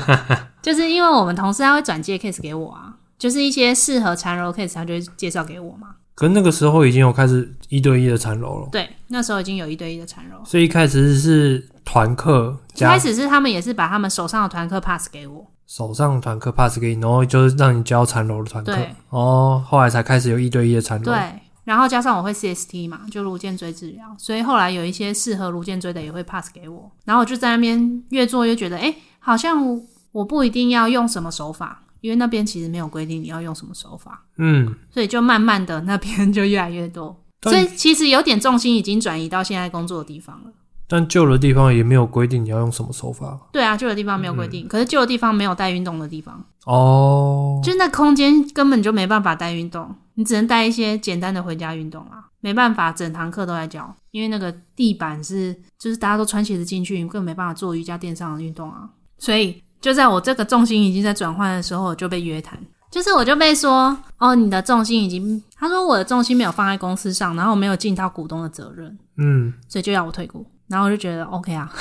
就是因为我们同事他会转介 case 给我啊，就是一些适合缠柔 case 他就会介绍给我嘛。
可是那个时候已经有开始一对一的缠柔了，
对，那时候已经有一对一的缠柔。
所以一开始是团课
一开
加
始是他们也是把他们手上的团课 pass 给我，
手上团课 pass 给你，然后就是让你教缠柔的团课
对。
哦，后来才开始有一对一的缠柔。
对，然后加上我会 CST 嘛，就颅颈椎治疗，啊所以后来有一些适合颅颈椎的也会 pass 给我，然后我就在那边越做越觉得，哎，好像我我不一定要用什么手法，因为那边其实没有规定你要用什么手法，
嗯，
所以就慢慢的那边就越来越多，
但
所以其实有点重心已经转移到现在工作的地方了。
但旧的地方也没有规定你要用什么手法。
对啊，旧的地方没有规定，可是旧的地方没有带运动的地方，
哦，
就是那空间根本就没办法带运动，你只能带一些简单的回家运动啊，没办法，整堂课都在教，因为那个地板是就是大家都穿鞋子进去，你根本没办法做瑜伽垫上的运动啊。所以就在我这个重心已经在转换的时候，我就被约谈，就是我就被说哦，你的重心已经，他说我的重心没有放在公司上，然后没有尽到股东的责任，
嗯，
所以就要我退股。然后我就觉得 OK 啊，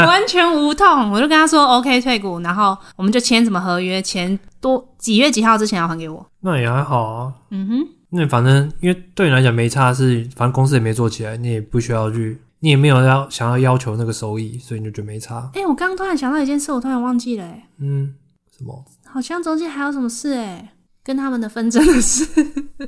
完全无痛，我就跟他说 OK 退股，然后我们就签什么合约，钱多几月几号之前要还给我。
那也还好啊。
嗯哼，
那反正因为对你来讲没差是，反正公司也没做起来，你也不需要去，你也没有要想要要求那个收益，所以你就觉得没差。
哎、我刚刚突然想到一件事，我突然忘记了、欸，
嗯，什么？
好像中间还有什么事、欸，跟他们的纷争的事。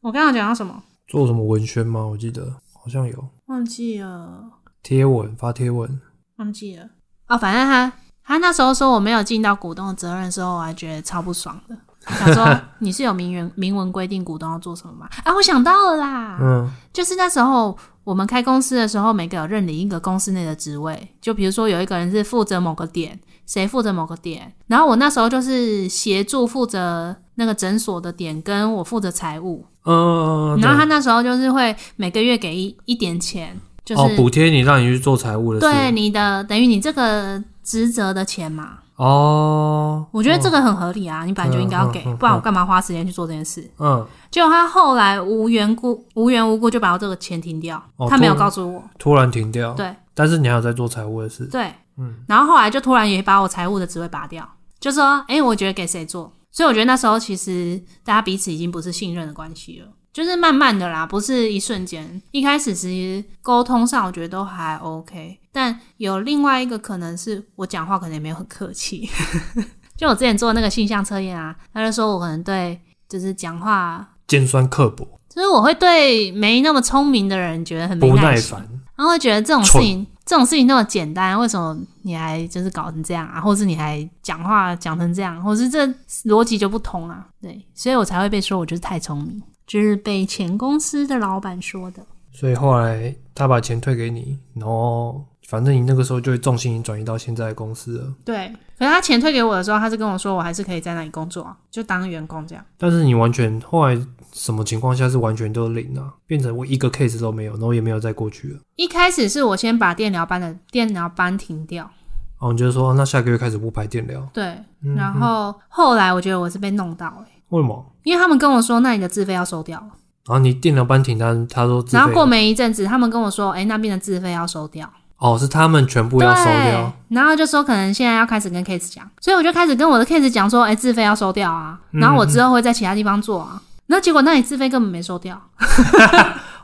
我刚刚讲到什么？
做什么文宣吗？我记得好像有
忘记了，
贴文发贴文。
忘记了。哦，反正他他那时候说我没有尽到股东的责任的时候，我还觉得超不爽的，想 说你是有明文明文规定股东要做什么吗？啊，我想到了啦，
嗯
就是那时候我们开公司的时候，每个有认领一个公司内的职位，就比如说有一个人是负责某个点，谁负责某个点，然后我那时候就是协助负责那个诊所的点，跟我负责财务，
嗯，
然后他
对
那时候就是会每个月给一一点钱，就是、
哦，补贴你让你去做财务的事，
对你的等于你这个职责的钱嘛。
哦，
我觉得这个很合理啊，你本来就应该要给
嗯嗯嗯，
不然我干嘛花时间去做这件事？
嗯，
结果他后来无缘故无缘无故就把我这个钱停掉
哦，
他没有
突然
告诉我。
突然停掉，
对
但是你还有在做财务的事，
对，
嗯，
然后后来就突然也把我财务的职位拔掉，就说，哎、我觉得给谁做？所以我觉得那时候其实大家彼此已经不是信任的关系了，就是慢慢的啦，不是一瞬间。一开始其实沟通上我觉得都还 OK，但有另外一个可能是我讲话可能也没有很客气， 就我之前做那个性向测验啊，他就说我可能对就是讲话。
尖酸刻薄，
就是我会对没那么聪明的人觉得很没
不耐
心
烦，
然后会觉得这种事
蠢
情，这种事情那么简单，为什么你还就是搞成这样啊？或是你还讲话讲成这样，或是这逻辑就不通啊？对，所以我才会被说我就是太聪明，就是被前公司的老板说的。
所以后来他把钱退给你，然后反正你那个时候就会重心转移到现在的公司了，
对，可是他钱退给我的时候，他是跟我说我还是可以在那里工作啊，就当员工这样。
但是你完全后来什么情况下是完全都零啊，变成我一个 case 都没有，然后也没有再过去了。
一开始是我先把电疗班的电疗班停掉，
哦，你就说那下个月开始不排电疗，
对，
嗯
然后后来我觉得我是被弄到、欸，
为什么？
因为他们跟我说那你的自费要收掉了。
然后你电疗班停单，他说自
然后
费
过没一阵子，他们跟我说，哎、那边的自费要收掉，
哦，是他们全部要收掉。
对。然后就说可能现在要开始跟 case 讲，所以我就开始跟我的 case 讲说，哎、自费要收掉啊，
嗯
然后我之后会在其他地方做啊。那结果那里自费根本没收掉，啊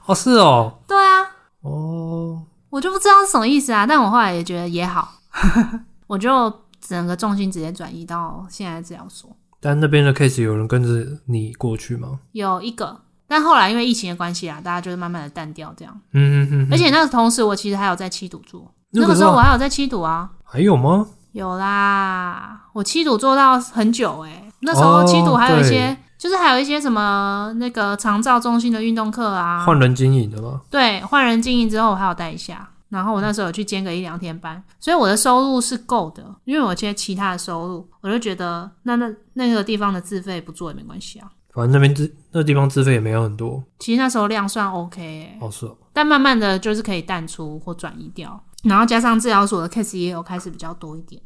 哦，是哦，
对啊，
哦，
我就不知道是什么意思啊。但我后来也觉得也好， 我就整个重心直接转移到现在治疗所，
但那边的 case 有人跟着你过去吗？
有一个。但后来因为疫情的关系啊，大家就是慢慢的淡掉这样。
嗯嗯嗯，
而且那个同时，我其实还有在七堵住，
那
那
个
个时候
时候
我还有在七堵啊。
嗯还有吗？
有啦，我七堵做到很久诶、那时候
哦
七堵还有一些，就是还有一些什么那个长照中心的运动课啊，
换人经营的吗？
对，换人经营之后我还有带一下，然后我那时候有去兼个一两天班，所以我的收入是够的，因为我现在其他的收入，我就觉得那那那个地方的自费不做也没关系啊。
反正那边自那地方自费也没有很多。
其实那时候量算 OK 欸诶、
哦，是哦，
但慢慢的就是可以淡出或转移掉，然后加上治疗所的 case 也有开始比较多一点。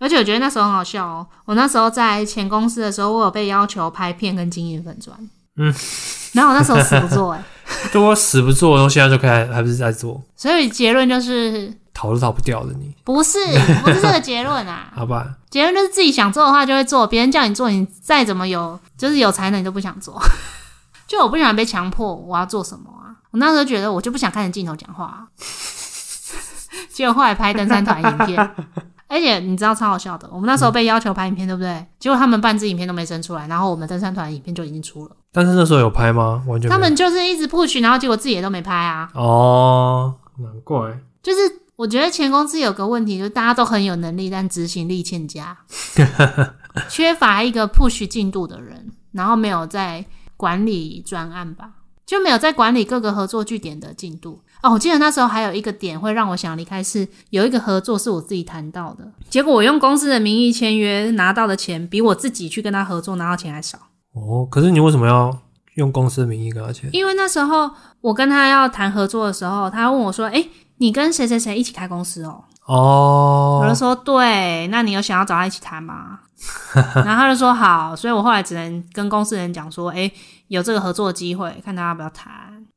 而且我觉得那时候很好笑哦，我那时候在前公司的时候，我有被要求拍片跟经营粉砖，
嗯，
然后我那时候死不做哎、
对我死不做，然后现在就开始还不是在做，
所以结论就是
逃都逃不掉的你，
不是不是这个结论啊，
好吧？
结论就是自己想做的话就会做，别人叫你做，你再怎么有就是有才能你都不想做， 就我不想被强迫我要做什么啊，我那时候觉得我就不想看着镜头讲话、啊， 结果后来拍登山团影片，而且你知道超好笑的，我们那时候被要求拍影片，对不对？结果他们半支影片都没生出来，然后我们登山团影片就已经出了，
但是那时候有拍吗？完全没
他
有
们就是一直 push，然后结果自己也都没拍啊，
哦，难怪。
就是我觉得前公司有个问题，就是大家都很有能力，但执行力欠佳，缺乏一个 push 进度的人，然后没有在管理专案吧，就没有在管理各个合作据点的进度。哦，我记得那时候还有一个点会让我想离开是，有一个合作是我自己谈到的，结果我用公司的名义签约拿到的钱，比我自己去跟他合作拿到钱还少。
哦，可是你为什么要用公司的名义给他钱？
因为那时候我跟他要谈合作的时候，他问我说：“诶，你跟谁谁谁一起开公司哦？”我就
哦，
说对，那你有想要找他一起谈吗？然后他就说好，所以我后来只能跟公司人讲说，哎、有这个合作机会，看他要不要谈。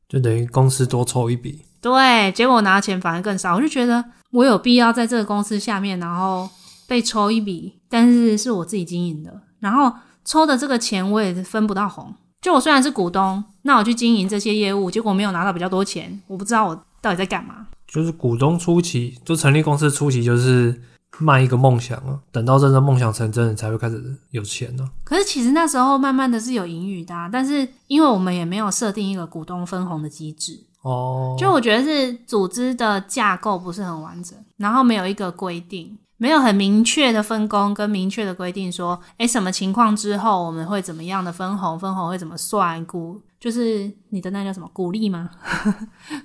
就等于公司多抽一笔。
对，结果我拿的钱反而更少，我就觉得我有必要在这个公司下面，然后被抽一笔，但是是我自己经营的，然后抽的这个钱我也分不到红。就我虽然是股东，那我去经营这些业务，结果没有拿到比较多钱，我不知道我到底在干嘛。
就是股东初期，就成立公司初期，就是卖一个梦想啊，等到真正梦想成真，你才会开始有钱啊呢、
可是其实那时候慢慢的是有盈余的、啊，但是因为我们也没有设定一个股东分红的机制，
哦，
就我觉得是组织的架构不是很完整，然后没有一个规定，没有很明确的分工跟明确的哎规定说，诶什么情况之后我们会怎么样的分红，分红会怎么算，股就是你的那叫什么鼓励 吗？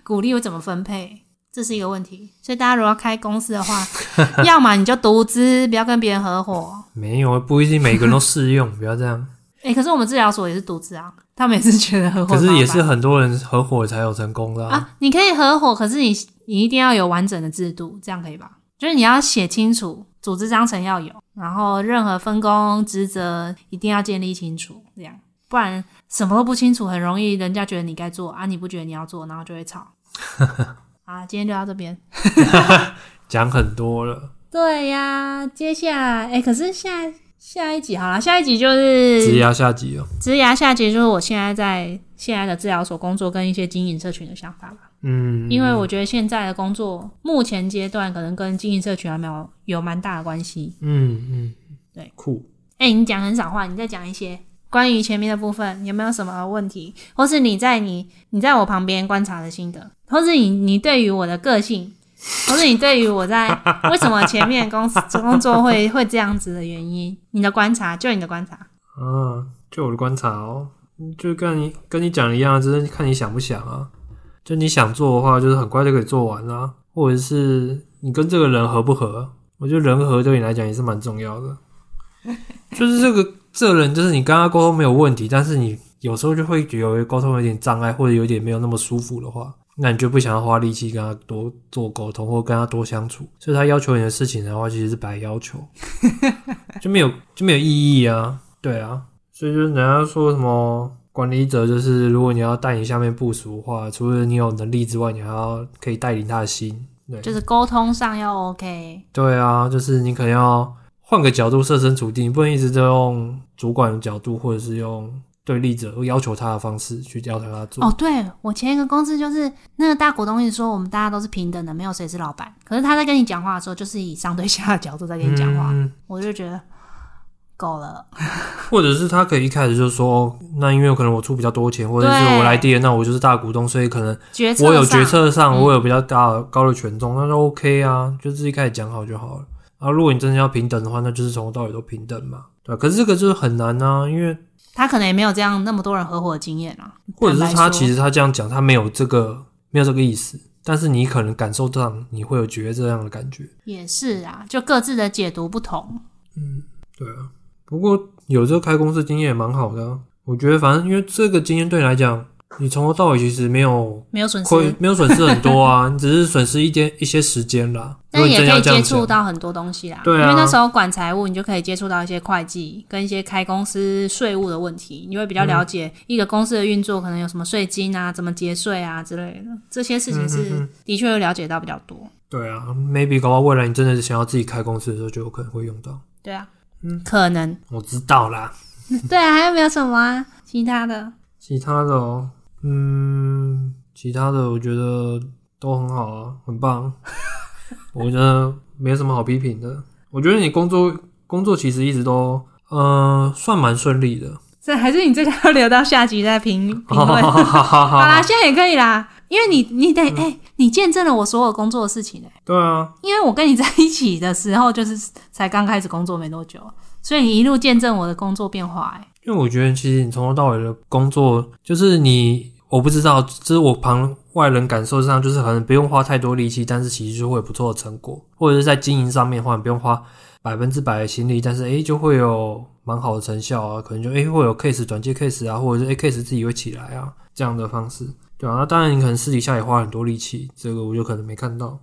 鼓励我怎么分配？这是一个问题。所以大家如果要开公司的话， 要么你就独资，不要跟别人合伙。
没有，不一定每个人都适 用，不要这样。
哎、可是我们治疗所也是独资啊，他们也是觉得合伙
可
很麻烦，
是也是很多人合伙才有成功的、啊。
啊，你可以合伙，可是你你一定要有完整的制度，这样可以吧？就是你要写清楚，组织章程要有，然后任何分工职责一定要建立清楚，这样不然什么都不清楚，很容易人家觉得你该做啊，你不觉得你要做，然后就会 吵。啊，今天就到这边。
讲很多了，
对呀，接下来哎、可是下下一集好啦，下一集就是
直压下集哦。
职涯下集，就是我现在在现在的治疗所工作跟一些经营社群的想法吧。
嗯，
因为我觉得现在的工作目前阶段可能跟经营社群还没有有蛮大的关系。
嗯嗯，
对，
酷。
哎、你讲很少话，你再讲一些关于前面的部分，有没有什么问题，或是你在你你在我旁边观察的心得，或是你你对于我的个性，或是你对于我在为什么前面公司工作会会这样子的原因，你的观察，就你的观察。
啊，就我的观察哦，就跟你跟你讲的一样，啊只是看你想不想啊。就你想做的话，就是很快就可以做完啦、或者是你跟这个人合不合，我觉得人合对你来讲也是蛮重要的。 就是这个这个人，就是你跟他沟通没有问题，但是你有时候就会觉得沟通有点障碍，或者有点没有那么舒服的话，那你就不想要花力气跟他多做沟通，或跟他多相处。所以他要求你的事情的话，其实是白要求， 就没有就没有意义啊。对啊，所以就是人家说什么管理者，就是如果你要带领下面部署的话，除了你有能力之外，你还要可以带领他的心。对，
就是沟通上要 OK，
对啊，就是你可能要换个角度设身处地，你不能一直都用主管的角度，或者是用对立者要求他的方式去要求他做。
哦，对我前一个公司就是那个大股东一直说我们大家都是平等的，没有谁是老板。可是他在跟你讲话的时候，就是以上对下的角度在跟你讲话，
嗯
我就觉得够了。
或者是他可以一开始就说，哦那因为可能我出比较多钱，或者是
对
我来第那我就是大股东，所以可能
决策
我有
上
决，策上，
嗯
我有比较大的高的权重，那就 OK 啊，就是一开始讲好就好了。啊，如果你真的要平等的话，那就是从头到尾都平等嘛，对吧可是这个就是很难啊，因为
他可能也没有这样那么多人合伙的经验啊。
或者是他
坦白说
其实他这样讲，他没有这个没有这个意思，但是你可能感受到你会有觉得这样的感觉，
也是啊，就各自的解读不同。
对啊。不过有这个开公司经验也蛮好的啊、我觉得反正因为这个经验对你来讲，你从头到尾其实没有
没有损
亏
失，，
没有损失很多啊，你只是损失一点一些时间啦。如
但
果你
也
真
可
要
以
这样
接
讲
触到很多东西啦。
对啊
因为那时候管财务，你就可以接触到一些会计跟一些开公司税务的问题，你会
嗯
比较了解一个公司的运作，可能有什么税金啊、怎么节税啊之类的，这些事情
嗯嗯
是的确有了解到比较多。
对啊，maybe 搞不好未来你真的是想要自己开公司的时候，就有可能会用到。
对啊，
嗯
可能
我知道啦，
对啊，还有没有什么啊？其他的？
其他的哦，嗯，其他的我觉得都很好啊，很棒。我觉得没什么好批评的。我觉得你工作工作其实一直都，呃，算蛮顺利的。
这还是你这个要留到下集再 评评
好
论。
好好好
好啦，
好，
现在也可以啦，因为你你
嗯
得哎、你见证了我所有工作的事情、欸
对啊，
因为我跟你在一起的时候，就是才刚开始工作没多久，所以你一路见证我的工作变化、欸。
因为我觉得其实你从头到尾的工作，就是你我不知道，就是我旁外人感受上，就是可能不用花太多力气，但是其实就会有不错的成果，或者是在经营上面的话，你不用花百分之百的心力，但是诶、就会有蛮好的成效啊，可能就诶、会有 case 转接 case 啊，或者是诶、case 自己会起来啊，这样的方式，对啊，那当然你可能私底下也花很多力气，这个我就可能没看到，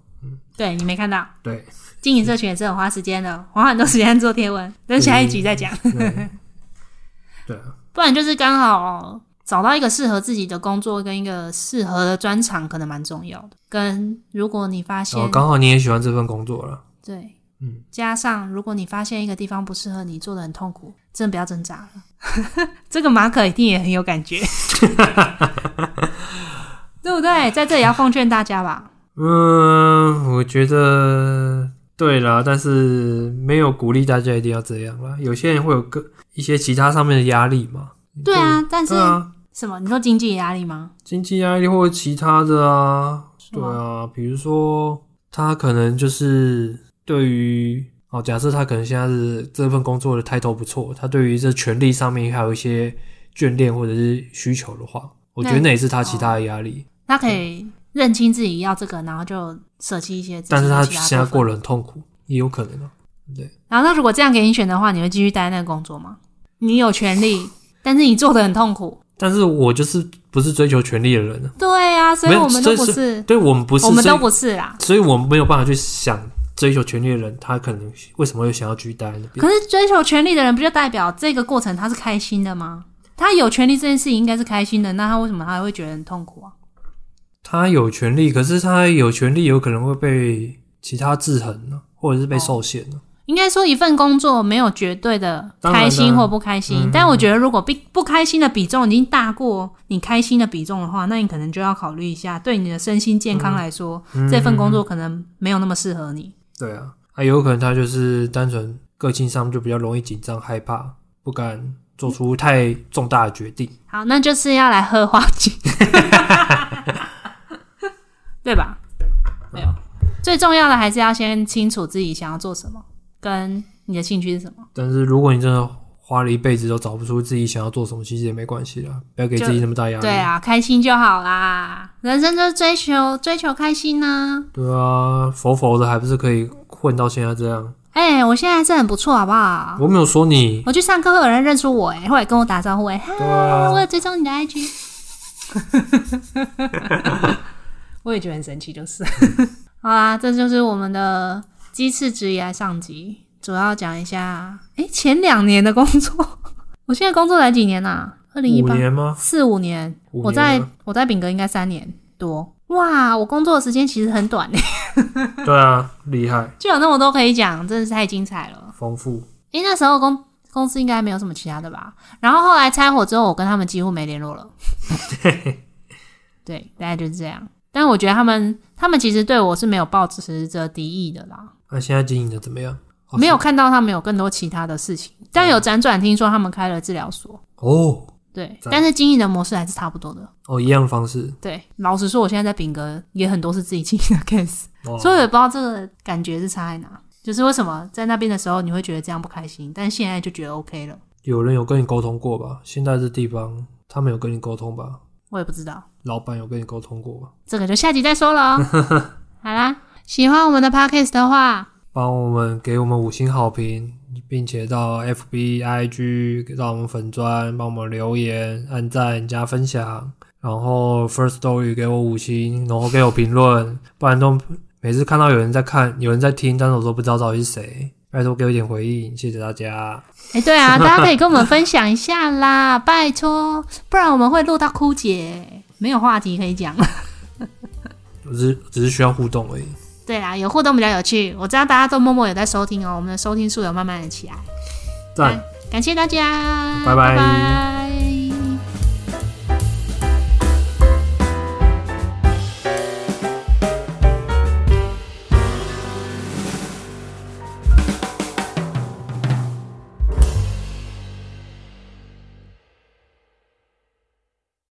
对你没看到，
对，
经营社群也是很花时间的，花很多时间做贴文， 等下一集再讲。
对，对啊，
嗯不然就是刚好找到一个适合自己的工作跟一个适合的专长，可能蛮重要的。跟如果你发现、
然哦后刚好你也喜欢这份工作了，
对，
嗯，
加上如果你发现一个地方不适合你，做的很痛苦，真的不要挣扎了。 这个马可一定也很有感 觉，对不对？在这里要奉劝大家吧，
嗯，我觉得对啦，但是没有鼓励大家一定要这样啦。有些人会有个一些其他上面的压力嘛。
对啊，但是、
嗯对啊，
什么？你说经济压力吗？
经济压力或者其他的啊，对
吗
啊，比如说他可能就是对于哦，假设他可能现在是这份工作的 title 不错，他对于这权利上面还有一些眷恋或者是需求的话，我觉得那也是他
哦
其他的压力。
他可以认清自己要这个，然后就舍弃一些自己
但是
的
他
其他
现在
部分
过得很痛苦，也有可能啊。
然后，那如果这样给你选的话，你会继续待在那个工作吗？你有权利，但是你做的很痛苦。
但是我就是不是追求权力的人啊，
对啊，所以
没有
我们都不
所以
是，
对我们不是，
我们
所以
都不是啦。
所以我们没有办法去想追求权力的人，他可能为什么会想要去待在那边？
可是追求权利的人，不就代表这个过程他是开心的吗？他有权利这件事情应该是开心的，那他为什么他会觉得很痛苦啊？
他有权利，可是他有权利有可能会被其他制衡呢、或者是被受限啊呢、
应该说一份工作没有绝对的
当然
开心
当然
或不开心，
嗯
但我觉得如果不不开心的比重已经大过你开心的比重的话，那你可能就要考虑一下，对你的身心健
嗯
康来说，哦这份工作可能没有那么适合你。
对啊，啊，有可能他就是单纯个性上就比较容易紧张、害怕，不敢做出太重大的决定。
好，那就是要来喝花 酒，对吧？没有，最重要的还是要先清楚自己想要做什么，跟你的兴趣是什么。
但是如果你真的花了一辈子都找不出自己想要做什么，其实也没关系啦，不要给自己那么大压力。
对，啊，开心就好啦，人生就是追求追求开心呢、
对啊，佛佛的还不是可以混到现在这样？
哎、我现在还是很不错，好不好？
我没有说你，
我去上课，会有人认出我、哎，后来跟我打招呼、哎，嗨，
对啊
我有追踪你的 IG，我也觉得很神奇，就是。 好啦，这就是我们的鸡翅职涯上集，主要讲一下，哎、前两年的工作， 我现在工作才几年啊？二零一
五
八
年吗？
四五年，
五
我
年
在
吗
我在饼哥应该三年多。哇，我工作的时间其实很短、哎，
对啊，厉害，
就有那么多可以讲，真的是太精彩了。
丰富。
因为那时候公公司应该没有什么其他的吧。然后后来拆伙之后，我跟他们几乎没联络了。对，大概就是这样。但我觉得他们他们其实对我是没有抱持着敌意的啦，
那、啊现在经营的怎么样？好
没有看到他们有更多其他的事情，但有辗转听说他们开了治疗所。
哦
对，
赞
但是经营的模式还是差不多的。
哦，一样方式。
对，老实说，我现在在饼格也很多是自己经营的 case，、
哦、
所以我也不知道这个感觉是差在哪。就是为什么在那边的时候你会觉得这样不开心，但现在就觉得 OK 了，
有人有跟你沟通过吧？现在这地方他们有跟你沟通吧？
我也不知道。
老板有跟你沟通过吧？
这个就下集再说了哦。 好啦，喜欢我们的 podcast 的话，
帮我们给我们五星好评，并且到 FB、IG 让我们粉砖，帮我们留言、按赞、加分享，然后 First Story 给我五星，然后给我评论，不然都每次看到有人在看、有人在听，但是我都不知道到底是谁。拜托给我一点回应，谢谢大家。
哎，对 啊，大家可以跟我们分享一下啦，拜托，不然我们会录到枯竭，没有话题可以讲。
我只是只是需要互动而已。
对啦，有互动比较有趣，我知道大家都默默有在收听哦，我们的收听数有慢慢的起来，
赞。
感谢大家，
拜拜
拜